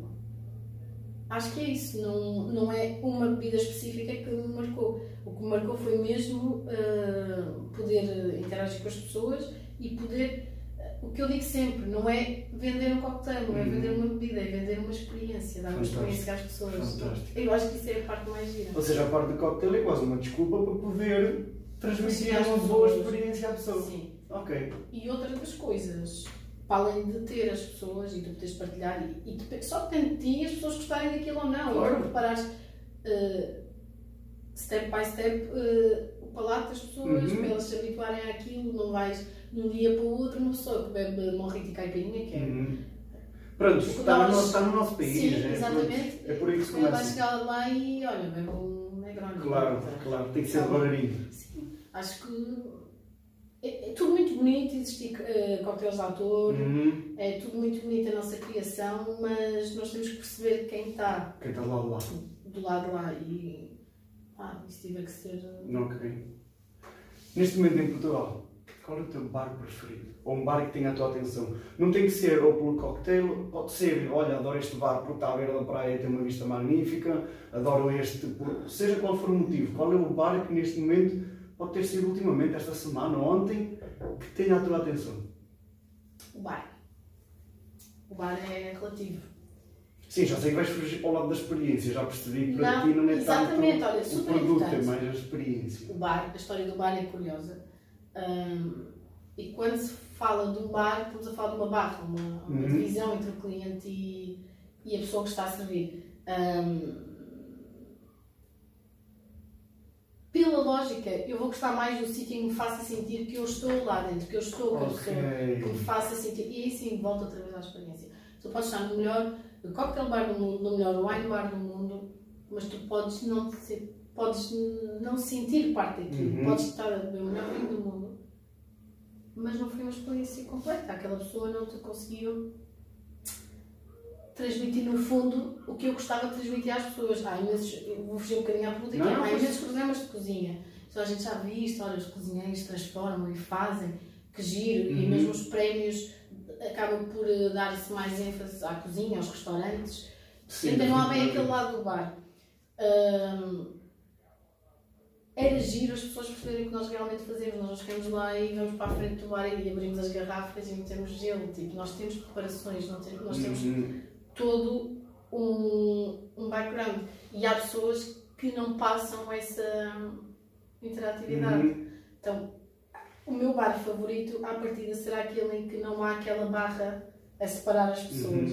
[SPEAKER 2] acho que é isso. Não, não é uma bebida específica que me marcou. O que me marcou foi mesmo ah, poder interagir com as pessoas e poder. ah, O que eu digo sempre, não é vender um cocktail, não é
[SPEAKER 1] Uhum.
[SPEAKER 2] vender uma bebida, é vender uma experiência, dar uma
[SPEAKER 1] Fantástico.
[SPEAKER 2] experiência às pessoas.
[SPEAKER 1] Fantástico.
[SPEAKER 2] Eu acho que isso é a parte mais gira.
[SPEAKER 1] Ou seja, a parte do cocktail é quase uma desculpa para poder transmitir
[SPEAKER 2] Sim,
[SPEAKER 1] uma
[SPEAKER 2] às
[SPEAKER 1] boa
[SPEAKER 2] pessoas.
[SPEAKER 1] experiência à pessoa.
[SPEAKER 2] Sim.
[SPEAKER 1] Ok.
[SPEAKER 2] E outra das coisas, para além de ter as pessoas e tu poderes partilhar, e, e depe- só depende de ti as pessoas gostarem daquilo ou não.
[SPEAKER 1] Claro.
[SPEAKER 2] E tu preparares eh, step by step eh, o palato das pessoas,
[SPEAKER 1] Uhum.
[SPEAKER 2] para elas se habituarem àquilo, não vais de um dia para o outro uma pessoa que bebe morrito e caipirinha, que é.
[SPEAKER 1] Uhum. Pronto,
[SPEAKER 2] O que
[SPEAKER 1] está no,
[SPEAKER 2] nós-
[SPEAKER 1] nosso, está no nosso país.
[SPEAKER 2] Sim,
[SPEAKER 1] é, por-
[SPEAKER 2] exatamente.
[SPEAKER 1] É por aí que se
[SPEAKER 2] Vai
[SPEAKER 1] começa.
[SPEAKER 2] chegar lá e olha, bebe um negroni.
[SPEAKER 1] Claro, claro, tem que ser
[SPEAKER 2] Tá bom.
[SPEAKER 1] devagarinho.
[SPEAKER 2] Sim, acho que é, é tudo muito bonito existir eh, coquetéis de autor,
[SPEAKER 1] Uhum.
[SPEAKER 2] é tudo muito bonito a nossa criação, mas nós temos que perceber quem está
[SPEAKER 1] Quem está lá de lá.
[SPEAKER 2] do lado lá e ah, isso tiver que ser. eh,
[SPEAKER 1] Ok. Neste momento em Portugal, qual é o teu bar preferido? Ou um bar que tenha a tua atenção? Não tem que ser ou pelo cocktail, pode ser, olha, adoro este bar porque está à beira da praia e tem uma vista magnífica, adoro este, por... seja qual for o motivo, qual é o bar que neste momento pode ter sido ultimamente, esta semana ou ontem, que tenha a tua atenção?
[SPEAKER 2] O bar. O bar é relativo.
[SPEAKER 1] Sim, já sei que vais fugir para o lado da experiência, já percebi que para
[SPEAKER 2] Não,
[SPEAKER 1] ti não é
[SPEAKER 2] exatamente,
[SPEAKER 1] tanto
[SPEAKER 2] olha,
[SPEAKER 1] o
[SPEAKER 2] super
[SPEAKER 1] produto, é
[SPEAKER 2] importante.
[SPEAKER 1] mais a experiência.
[SPEAKER 2] O bar, a história do bar é curiosa. Ahm, e quando se fala de um bar, estamos a falar de uma barra, uma, uma
[SPEAKER 1] Uhum.
[SPEAKER 2] divisão entre o cliente e, e a pessoa que está a servir. Ahm, pela lógica, eu vou gostar mais do sítio em que me faça sentir que eu estou lá dentro, que eu estou com a pessoa que
[SPEAKER 1] Ok.
[SPEAKER 2] me faça sentir. E aí sim, volta outra vez à experiência. Tu podes estar no melhor cocktail bar do mundo, no melhor wine bar do mundo, mas tu podes não, te se- podes não sentir parte daquilo.
[SPEAKER 1] Uhum.
[SPEAKER 2] Podes estar a beber o melhor vinho do mundo, mas não foi uma experiência completa. Aquela pessoa não te conseguiu transmitir, no fundo, o que eu gostava de transmitir às pessoas. Há imensos, eu vou fugir um bocadinho à pergunta
[SPEAKER 1] Não,
[SPEAKER 2] aqui,
[SPEAKER 1] não,
[SPEAKER 2] há
[SPEAKER 1] faz-
[SPEAKER 2] imensos programas de cozinha. Só a gente já via isto, olha, os cozinheiros transformam e fazem, que giro,
[SPEAKER 1] Uhum.
[SPEAKER 2] e mesmo os prémios acabam por eh, dar-se mais ênfase à cozinha, aos restaurantes.
[SPEAKER 1] Sim,
[SPEAKER 2] Ainda não há bem
[SPEAKER 1] definitivamente.
[SPEAKER 2] um aquele lado do bar. Ahm, era giro as pessoas perceberem o que nós realmente fazemos. Nós não chegamos lá e vamos para a frente do bar e abrimos as garrafas e metemos gelo. Tipo, nós temos preparações, não temos- nós temos
[SPEAKER 1] Uhum.
[SPEAKER 2] todo um, um background. E há pessoas que não passam essa interatividade.
[SPEAKER 1] Uhum.
[SPEAKER 2] Então, o meu bar favorito, à partida, será aquele em que não há aquela barra a separar as pessoas.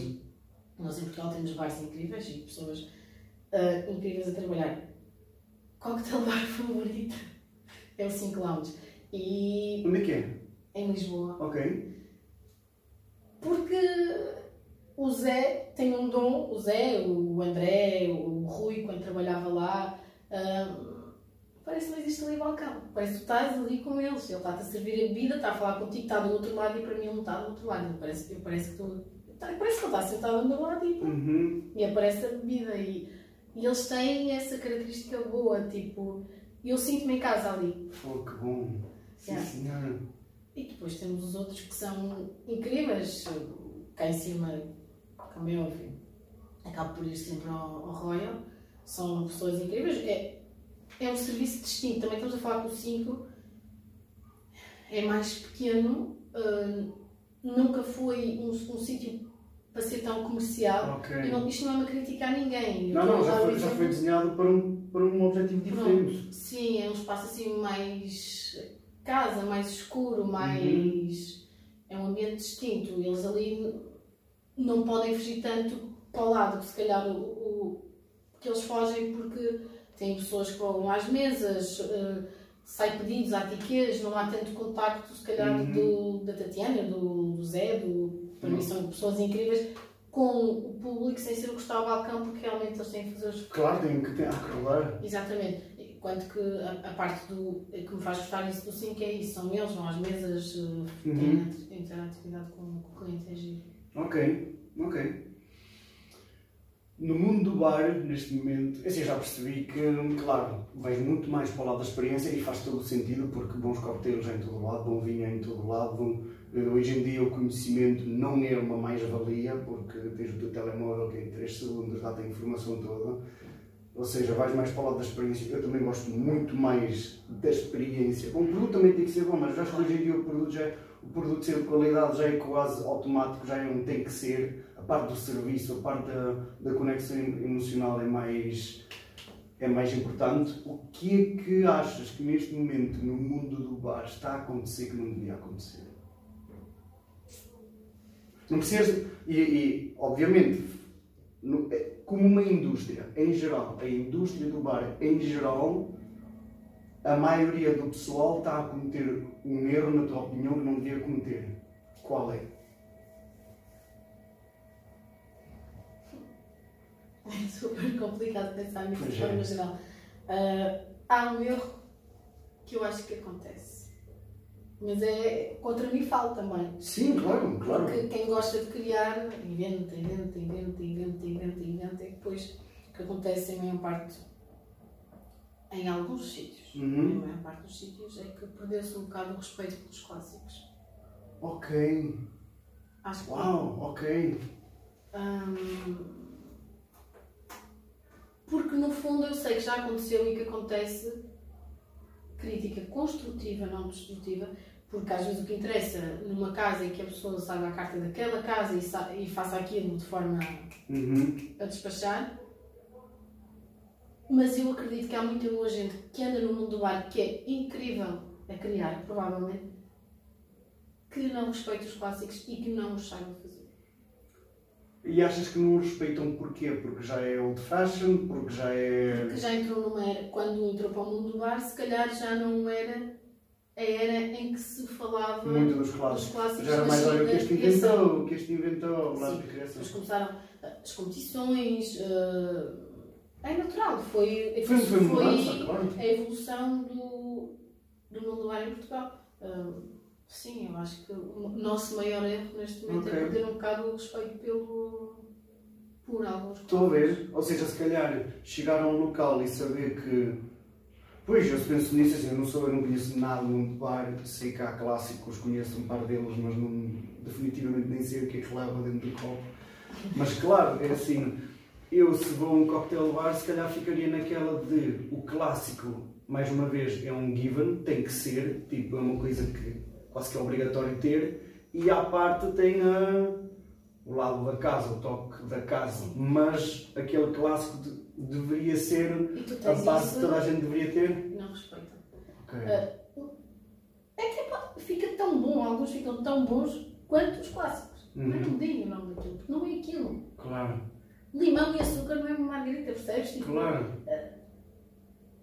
[SPEAKER 2] Nós em Portugal temos bares incríveis e pessoas ah, incríveis a trabalhar. Cocktail bar favorito é o 5 Lounge. E
[SPEAKER 1] Onde é que é?
[SPEAKER 2] em Lisboa.
[SPEAKER 1] Ok.
[SPEAKER 2] Porque o Zé tem um dom, o Zé, o André, o Rui, quando trabalhava lá, hum, parece que não existe ali balcão. Parece que tu estás ali com eles. Ele está-te a servir a bebida, está a falar contigo, está do outro lado e para mim ele não está do outro lado. Parece, parece que tu. tá- Parece que ele está sentado ao meu lado e
[SPEAKER 1] Uhum.
[SPEAKER 2] e aparece a bebida e, e eles têm essa característica boa, tipo, eu sinto-me em casa ali.
[SPEAKER 1] Oh, que bom. Sim,
[SPEAKER 2] Yeah.
[SPEAKER 1] senhora.
[SPEAKER 2] E depois temos os outros que são incríveis, cá em cima, como é óbvio, acabo por ir sempre ao, ao Royal, são pessoas incríveis, é, é um serviço distinto, também estamos a falar com o 5, é mais pequeno, hum, nunca foi um, um sítio para ser tão comercial,
[SPEAKER 1] Ok.
[SPEAKER 2] E não- isto não é uma crítica a ninguém. Eu
[SPEAKER 1] Não,
[SPEAKER 2] estou
[SPEAKER 1] não,
[SPEAKER 2] a
[SPEAKER 1] já
[SPEAKER 2] dar o
[SPEAKER 1] foi, já
[SPEAKER 2] exemplo-
[SPEAKER 1] foi desenhado para um, para um objetivo
[SPEAKER 2] Pronto.
[SPEAKER 1] diferente.
[SPEAKER 2] Sim, é um espaço assim mais casa, mais escuro, mais. É um ambiente distinto. Eles ali não podem fugir tanto para o lado, que se calhar o, o- que eles fogem porque têm pessoas que vão às mesas, eh, sai pedidos, há tiquês, não há tanto contacto, se calhar, do, da Tatiana, do, do Zé, do, para mim são pessoas incríveis, com o público sem ser o Gustavo Balcão, porque realmente eles têm que fazer os
[SPEAKER 1] Claro, tem que ter. Ah, claro.
[SPEAKER 2] Exatamente. Quanto que a, a parte do, que me faz gostar isso do 5 é isso, são eles, vão às mesas, eh, têm
[SPEAKER 1] Uhum.
[SPEAKER 2] inter- interatividade com, com o cliente, é giro.
[SPEAKER 1] Ok, ok. No mundo do bar, neste momento, assim, eu já percebi que, claro, vem muito mais para o lado da experiência e faz todo o sentido porque bons coquetéis em todo lado, bom vinho em todo lado. bom- eh, Hoje em dia o conhecimento não é uma mais-valia porque tens o teu telemóvel que em 3 segundos dá-te a informação toda. Ou seja, vais mais para o lado da experiência. Eu também gosto muito mais da experiência. Bom, o produto também tem que ser bom, mas eu acho que hoje em dia o produto, já, é- o produto ser de qualidade já é quase automático, já é um tem que ser. A parte do serviço, a parte da, da conexão emocional é mais, é mais importante. O que é que achas que neste momento no mundo do bar está a acontecer que não devia acontecer? Não precisas. E, e obviamente, no- é- como uma indústria, em geral, a indústria do bar, em geral, a maioria do pessoal está a cometer um erro, na tua opinião, que não devia cometer. Qual é?
[SPEAKER 2] É super complicado pensar nisso
[SPEAKER 1] Pois
[SPEAKER 2] de
[SPEAKER 1] é.
[SPEAKER 2] forma geral. Ah, há um erro que eu acho que acontece. Mas é contra mim falo também.
[SPEAKER 1] Sim, claro, claro.
[SPEAKER 2] Porque quem gosta de criar, inventa, inventa, inventa, inventa, inventa, inventa, e depois o que acontece em maior parte, em alguns sítios,
[SPEAKER 1] Uhum.
[SPEAKER 2] em maior parte dos sítios, é que perdeu-se um bocado o respeito pelos clássicos.
[SPEAKER 1] Ok.
[SPEAKER 2] Acho que
[SPEAKER 1] Uau, ok.
[SPEAKER 2] Hum, porque no fundo eu sei que já aconteceu e que acontece crítica construtiva, não destrutiva, porque às vezes o que interessa numa casa é que a pessoa saiba a carta daquela casa e, sa- e faça aquilo de forma
[SPEAKER 1] Uhum.
[SPEAKER 2] a despachar. Mas eu acredito que há muita boa gente que anda no mundo do bar que é incrível a criar, provavelmente, que não respeita os clássicos e que não os saiba fazer.
[SPEAKER 1] E achas que não o respeitam porquê? Porque já é old fashion, porque já é.
[SPEAKER 2] que já entrou numa era, quando entrou para o mundo do bar, se calhar já não era a era em que se falava
[SPEAKER 1] Muito dos
[SPEAKER 2] dos
[SPEAKER 1] clássicos.
[SPEAKER 2] clássicos
[SPEAKER 1] Já era mais
[SPEAKER 2] mas sim
[SPEAKER 1] olha o que
[SPEAKER 2] da
[SPEAKER 1] este
[SPEAKER 2] criação.
[SPEAKER 1] inventou, o que este inventou, lá
[SPEAKER 2] Sim.
[SPEAKER 1] de criação.
[SPEAKER 2] Depois começaram ah, as competições. ah, é natural, foi,
[SPEAKER 1] Foi, foi
[SPEAKER 2] foi
[SPEAKER 1] mudança, claro.
[SPEAKER 2] a evolução do, do mundo do bar em Portugal. Ah, sim, eu acho que o nosso maior erro neste momento
[SPEAKER 1] Ok.
[SPEAKER 2] é perder um bocado o respeito pelo, por alguns
[SPEAKER 1] Estou a ver. Ou seja, se calhar chegar a um local e saber que Pois, eu se penso nisso, assim, eu não sou, eu não conheço nada no mundo do bar, sei que há clássicos, conheço um par deles, mas não, definitivamente nem sei o que é que leva dentro do copo. Mas claro, é assim, eu se vou a um cocktail bar, se calhar ficaria naquela de o clássico, mais uma vez, é um given, tem que ser, tipo, é uma coisa que quase que é obrigatório ter, e à parte tem a o lado da casa, o toque da casa, mas aquele clássico de- deveria ser
[SPEAKER 2] E tu
[SPEAKER 1] a
[SPEAKER 2] tens
[SPEAKER 1] parte que
[SPEAKER 2] isso?
[SPEAKER 1] toda a gente deveria ter.
[SPEAKER 2] Não respeita.
[SPEAKER 1] Ok.
[SPEAKER 2] É que pá, fica tão bom, alguns ficam tão bons quanto os clássicos. Mas
[SPEAKER 1] Uhum.
[SPEAKER 2] não digo o nome daquilo, porque não é aquilo.
[SPEAKER 1] Claro,
[SPEAKER 2] Limão e açúcar não é uma margarita, percebes? Tipo,
[SPEAKER 1] claro.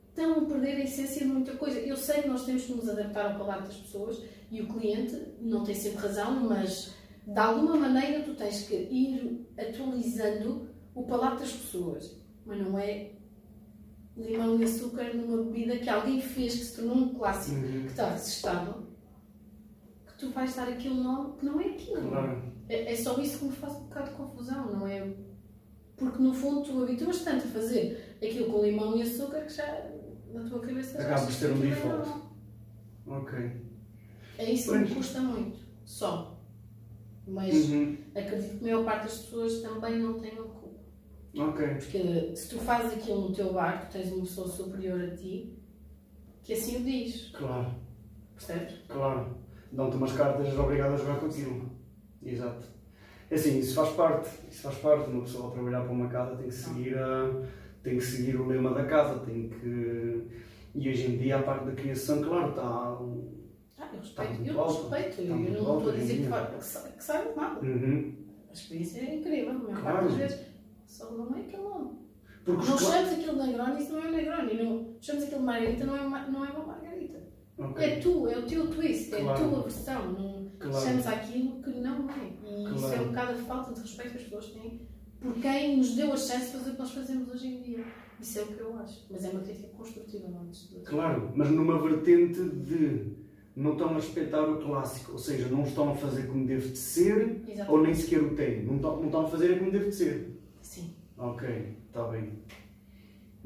[SPEAKER 2] estão a perder a essência de muita coisa. Eu sei que nós temos que nos adaptar ao paladar das pessoas e o cliente não tem sempre razão, mas de alguma maneira tu tens que ir atualizando o paladar das pessoas. Mas não é limão e açúcar numa bebida que alguém fez que se tornou um clássico, que
[SPEAKER 1] Uhum.
[SPEAKER 2] está resistável, que tu vais dar aquele nome que não é aquilo.
[SPEAKER 1] Claro,
[SPEAKER 2] É, é só isso que me faz um bocado de confusão, não é? Porque no fundo tu habituas tanto a fazer aquilo com limão e açúcar que já na tua cabeça já
[SPEAKER 1] Acaba por
[SPEAKER 2] achas
[SPEAKER 1] ser um
[SPEAKER 2] que aquilo é
[SPEAKER 1] default.
[SPEAKER 2] normal.
[SPEAKER 1] ok.
[SPEAKER 2] É isso que me
[SPEAKER 1] Pois.
[SPEAKER 2] custa muito, só. Mas
[SPEAKER 1] Uhum.
[SPEAKER 2] acredito que a maior parte das pessoas também não tenham culpa.
[SPEAKER 1] Ok.
[SPEAKER 2] Porque se tu fazes aquilo no teu bar, tu tens uma pessoa superior a ti que assim o diz,
[SPEAKER 1] Claro,
[SPEAKER 2] percebes?
[SPEAKER 1] claro. Dão-te umas cartas obrigadas a jogar contigo. Exato. É Assim, isso faz parte. Isso faz parte. Uma pessoa ao trabalhar para uma casa tem que seguir a. tem que seguir o lema da casa, tem que. E hoje em dia a parte da criação, claro, tá, está.
[SPEAKER 2] Ah, eu
[SPEAKER 1] Está
[SPEAKER 2] respeito,
[SPEAKER 1] muito
[SPEAKER 2] eu
[SPEAKER 1] alto.
[SPEAKER 2] respeito,
[SPEAKER 1] Está
[SPEAKER 2] eu
[SPEAKER 1] muito
[SPEAKER 2] não
[SPEAKER 1] alto
[SPEAKER 2] estou a
[SPEAKER 1] hoje em
[SPEAKER 2] dizer que,
[SPEAKER 1] dia.
[SPEAKER 2] fa- que, sa- que sabe nada.
[SPEAKER 1] Uhum.
[SPEAKER 2] A experiência é incrível, a maior
[SPEAKER 1] Claro.
[SPEAKER 2] parte das vezes. Só que não é aquele nome.
[SPEAKER 1] Porque
[SPEAKER 2] Não
[SPEAKER 1] os cla-
[SPEAKER 2] chamas aquilo de Negroni, isso não é um Negroni. Não chamas aquilo de Margarita, não é uma, não é uma Margarita.
[SPEAKER 1] Ok.
[SPEAKER 2] É tu, é o teu twist, é a
[SPEAKER 1] Claro.
[SPEAKER 2] tua versão. Não
[SPEAKER 1] Claro.
[SPEAKER 2] chamas aquilo que não é. E isso é
[SPEAKER 1] Claro.
[SPEAKER 2] um bocado a falta de respeito que as pessoas têm por quem nos deu a chance de fazer o que nós fazemos hoje em dia. Isso é o que eu acho. Mas é uma crítica construtiva, não é? antes de tudo.
[SPEAKER 1] Claro, mas numa vertente de não estão a respeitar o clássico, ou seja, não estão a fazer como deve de ser,
[SPEAKER 2] Exato.
[SPEAKER 1] ou nem sequer o têm. Não estão, não estão a fazer é como deve de ser.
[SPEAKER 2] Sim.
[SPEAKER 1] Ok, está bem.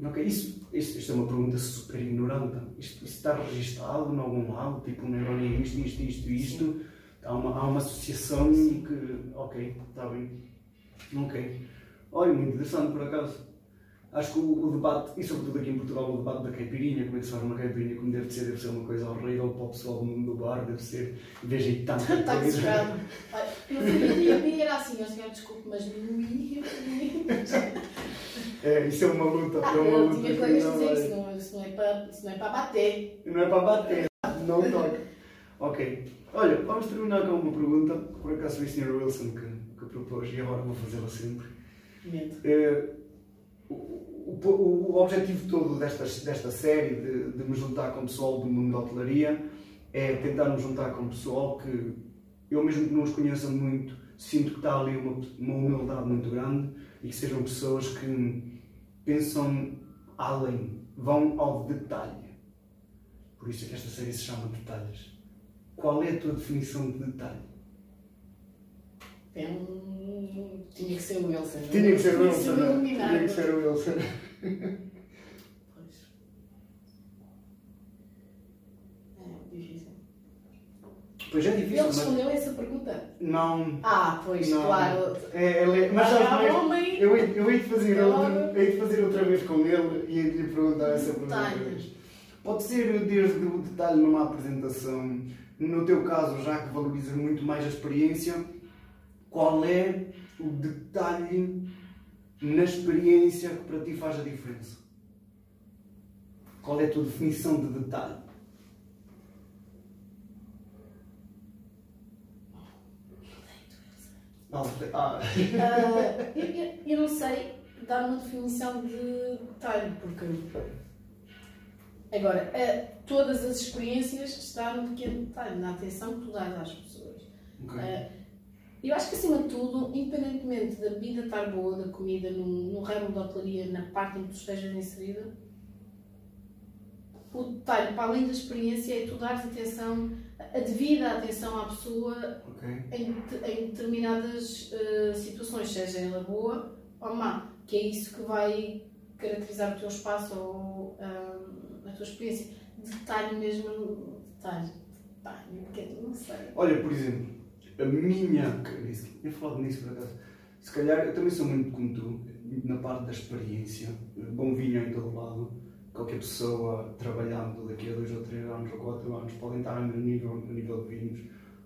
[SPEAKER 1] Ok, isso, isto, isto é uma pergunta super ignorante. Isto, isto está registado em algum lado, tipo um neurônio é isto, isto, isto, isto. Há uma, há uma associação que. Ok, está bem. Ok. Olha, muito interessante por acaso. Acho que o, o debate, e sobretudo aqui em Portugal, o debate da caipirinha, como é que se faz uma caipirinha, como deve ser, deve ser uma coisa horrível para o pessoal do mundo do bar, deve ser. Veja aí tanta
[SPEAKER 2] Está
[SPEAKER 1] coisa.
[SPEAKER 2] desesperado. Olha, Eu sabia, a minha era assim, eu senhor, desculpe, mas Luí.
[SPEAKER 1] É, isso é uma luta, é uma
[SPEAKER 2] Ah, Eu
[SPEAKER 1] luta.
[SPEAKER 2] tinha
[SPEAKER 1] que
[SPEAKER 2] coisas a
[SPEAKER 1] não
[SPEAKER 2] dizer,
[SPEAKER 1] vai-
[SPEAKER 2] isso não- isso não é para- isso não é para bater.
[SPEAKER 1] Não é para bater, não toque. Ok. Olha, vamos terminar com uma pergunta, que por acaso foi o Sr. Wilson que, que propôs e agora vou fazê-la sempre.
[SPEAKER 2] Medo.
[SPEAKER 1] Eh, o, o, o- o objetivo todo desta, desta série, de, de me juntar com o pessoal do mundo da hotelaria, é tentar me juntar com o pessoal que eu mesmo que não os conheça muito, sinto que está ali uma, uma humildade muito grande e que sejam pessoas que pensam além, vão ao detalhe. Por isso é que esta série se chama Detalhes. Qual é a tua definição de detalhe?
[SPEAKER 2] É um... Tinha que ser o Wilson. não é?
[SPEAKER 1] Tinha que ser o Wilson.
[SPEAKER 2] Tinha que ser o
[SPEAKER 1] não é?
[SPEAKER 2] iluminado.
[SPEAKER 1] Tinha que ser o Wilson.
[SPEAKER 2] Pois. É, difícil.
[SPEAKER 1] Pois é
[SPEAKER 2] Ele
[SPEAKER 1] difícil, mas
[SPEAKER 2] respondeu essa pergunta?
[SPEAKER 1] não
[SPEAKER 2] Ah, pois,
[SPEAKER 1] Não.
[SPEAKER 2] claro.
[SPEAKER 1] É, ela é- mas
[SPEAKER 2] Vai
[SPEAKER 1] sabes
[SPEAKER 2] ao
[SPEAKER 1] mais?
[SPEAKER 2] homem.
[SPEAKER 1] Eu, hei- eu hei de fazer,
[SPEAKER 2] É
[SPEAKER 1] outra,
[SPEAKER 2] logo.
[SPEAKER 1] hei de fazer outra vez com ele e hei de lhe perguntar essa pergunta. outra vez.
[SPEAKER 2] Detalhes.
[SPEAKER 1] Pode ser desde o detalhe numa apresentação, no teu caso, já que valorizas muito mais a experiência, qual é o detalhe na experiência que para ti faz a diferença? Qual é a tua definição de detalhe? Não, ah,
[SPEAKER 2] Ah, eu, eu- eu não sei dar uma definição de detalhe, porque. Agora, eh, todas as experiências está no pequeno é detalhe, na atenção que tu dás às pessoas.
[SPEAKER 1] ok.
[SPEAKER 2] Eh, Eu acho que, acima de tudo, independentemente da bebida estar boa, da comida, no, no ramo da hotelaria, na parte em que tu estejas inserida, o detalhe, para além da experiência, é tu dares atenção, a devida atenção à pessoa
[SPEAKER 1] ok.
[SPEAKER 2] em, de- em determinadas eh, situações, seja ela boa ou má, que é isso que vai caracterizar o teu espaço ou ah, a tua experiência, detalhe mesmo, detalhe, detalhe, porque eu não sei.
[SPEAKER 1] Olha, por exemplo, a minha. Caralho, Eu falava nisso por acaso. Se calhar eu também sou muito como tu, na parte da experiência. Bom vinho é em todo lado. Qualquer pessoa trabalhando daqui a dois ou três anos ou quatro anos podem estar no nível, no nível de vinhos.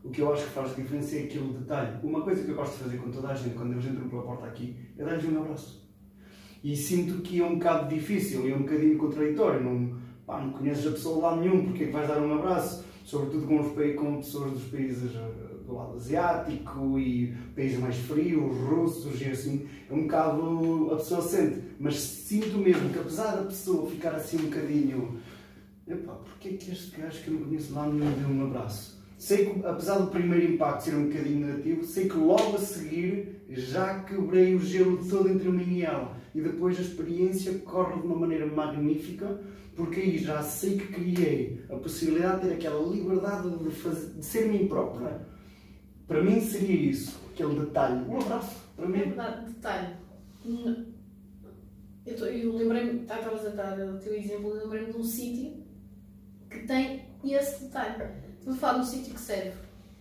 [SPEAKER 1] O que eu acho que faz diferença é aquele detalhe. Uma coisa que eu gosto de fazer com toda a gente quando eles entram pela porta aqui é dar-lhes um abraço. E sinto que é um bocado difícil e é um bocadinho contraditório. Não, pá, não conheces a pessoa lá nenhum, porque é que vais dar um abraço? Sobretudo com, os, pa- com pessoas dos países eh, do lado asiático e países mais frios, russos e assim. É um bocado. a pessoa sente. Mas sinto mesmo que apesar da pessoa ficar assim um bocadinho. Epá, porquê é que este gajo que eu não conheço lá não me deu um abraço? Sei que, apesar do primeiro impacto ser um bocadinho negativo, sei que logo a seguir já quebrei o gelo todo entre mim e ela. E depois a experiência corre de uma maneira magnífica, porque aí já sei que criei a possibilidade de ter aquela liberdade de, fazer, de ser mim própria. Para mim seria isso, aquele detalhe. Um abraço, para
[SPEAKER 2] É
[SPEAKER 1] mim.
[SPEAKER 2] verdade, detalhe. Hum, Eu, tô- eu lembrei-me, tá, estavas a dar o teu exemplo, eu lembrei-me de um sítio que tem esse detalhe. Estou a falar de um sítio que serve,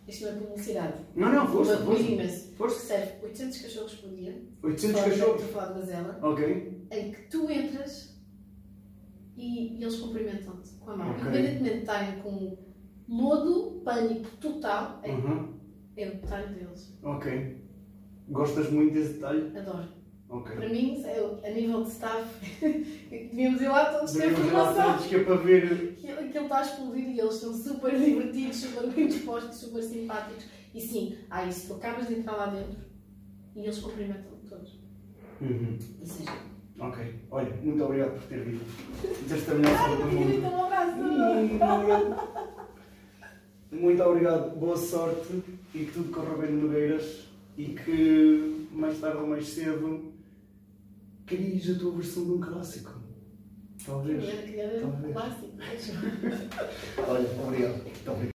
[SPEAKER 2] isto não é publicidade,
[SPEAKER 1] Não, não, força,
[SPEAKER 2] Uma coisa
[SPEAKER 1] força.
[SPEAKER 2] imensa. que
[SPEAKER 1] Força.
[SPEAKER 2] serve 800 cachorros por dia,
[SPEAKER 1] 800
[SPEAKER 2] Fora-
[SPEAKER 1] cachorros.
[SPEAKER 2] estou a falar de gazela,
[SPEAKER 1] Ok.
[SPEAKER 2] em que tu entras e, e eles cumprimentam-te com a mão.
[SPEAKER 1] Ok.
[SPEAKER 2] Independentemente de estarem com lodo, pânico total, é,
[SPEAKER 1] Uhum.
[SPEAKER 2] é o detalhe deles.
[SPEAKER 1] Ok. Gostas muito desse detalhe?
[SPEAKER 2] Adoro.
[SPEAKER 1] Ok.
[SPEAKER 2] Para mim, eu- a nível de staff, devíamos ir lá todos ter
[SPEAKER 1] Devíamos lá
[SPEAKER 2] formação.
[SPEAKER 1] todos um que é para ver.
[SPEAKER 2] Que ele que ele está a explodir e eles são super divertidos, super bem dispostos, super simpáticos. E sim, há isso, tu acabas de entrar lá dentro e eles cumprimentam todos.
[SPEAKER 1] Uhum.
[SPEAKER 2] Isso é giro.
[SPEAKER 1] Ok. Olha, muito obrigado por ter vindo. Desta melhor
[SPEAKER 2] Ai,
[SPEAKER 1] forma do
[SPEAKER 2] não me
[SPEAKER 1] mundo.
[SPEAKER 2] grita um abraço!
[SPEAKER 1] Hum, Muito obrigado, boa sorte e que tudo corra bem no Nogueiras e que mais tarde ou mais cedo cries a tua versão de um clássico. Talvez.
[SPEAKER 2] Primeiro, que era
[SPEAKER 1] Talvez.
[SPEAKER 2] clássico.
[SPEAKER 1] Olha, obrigado. Muito obrigado.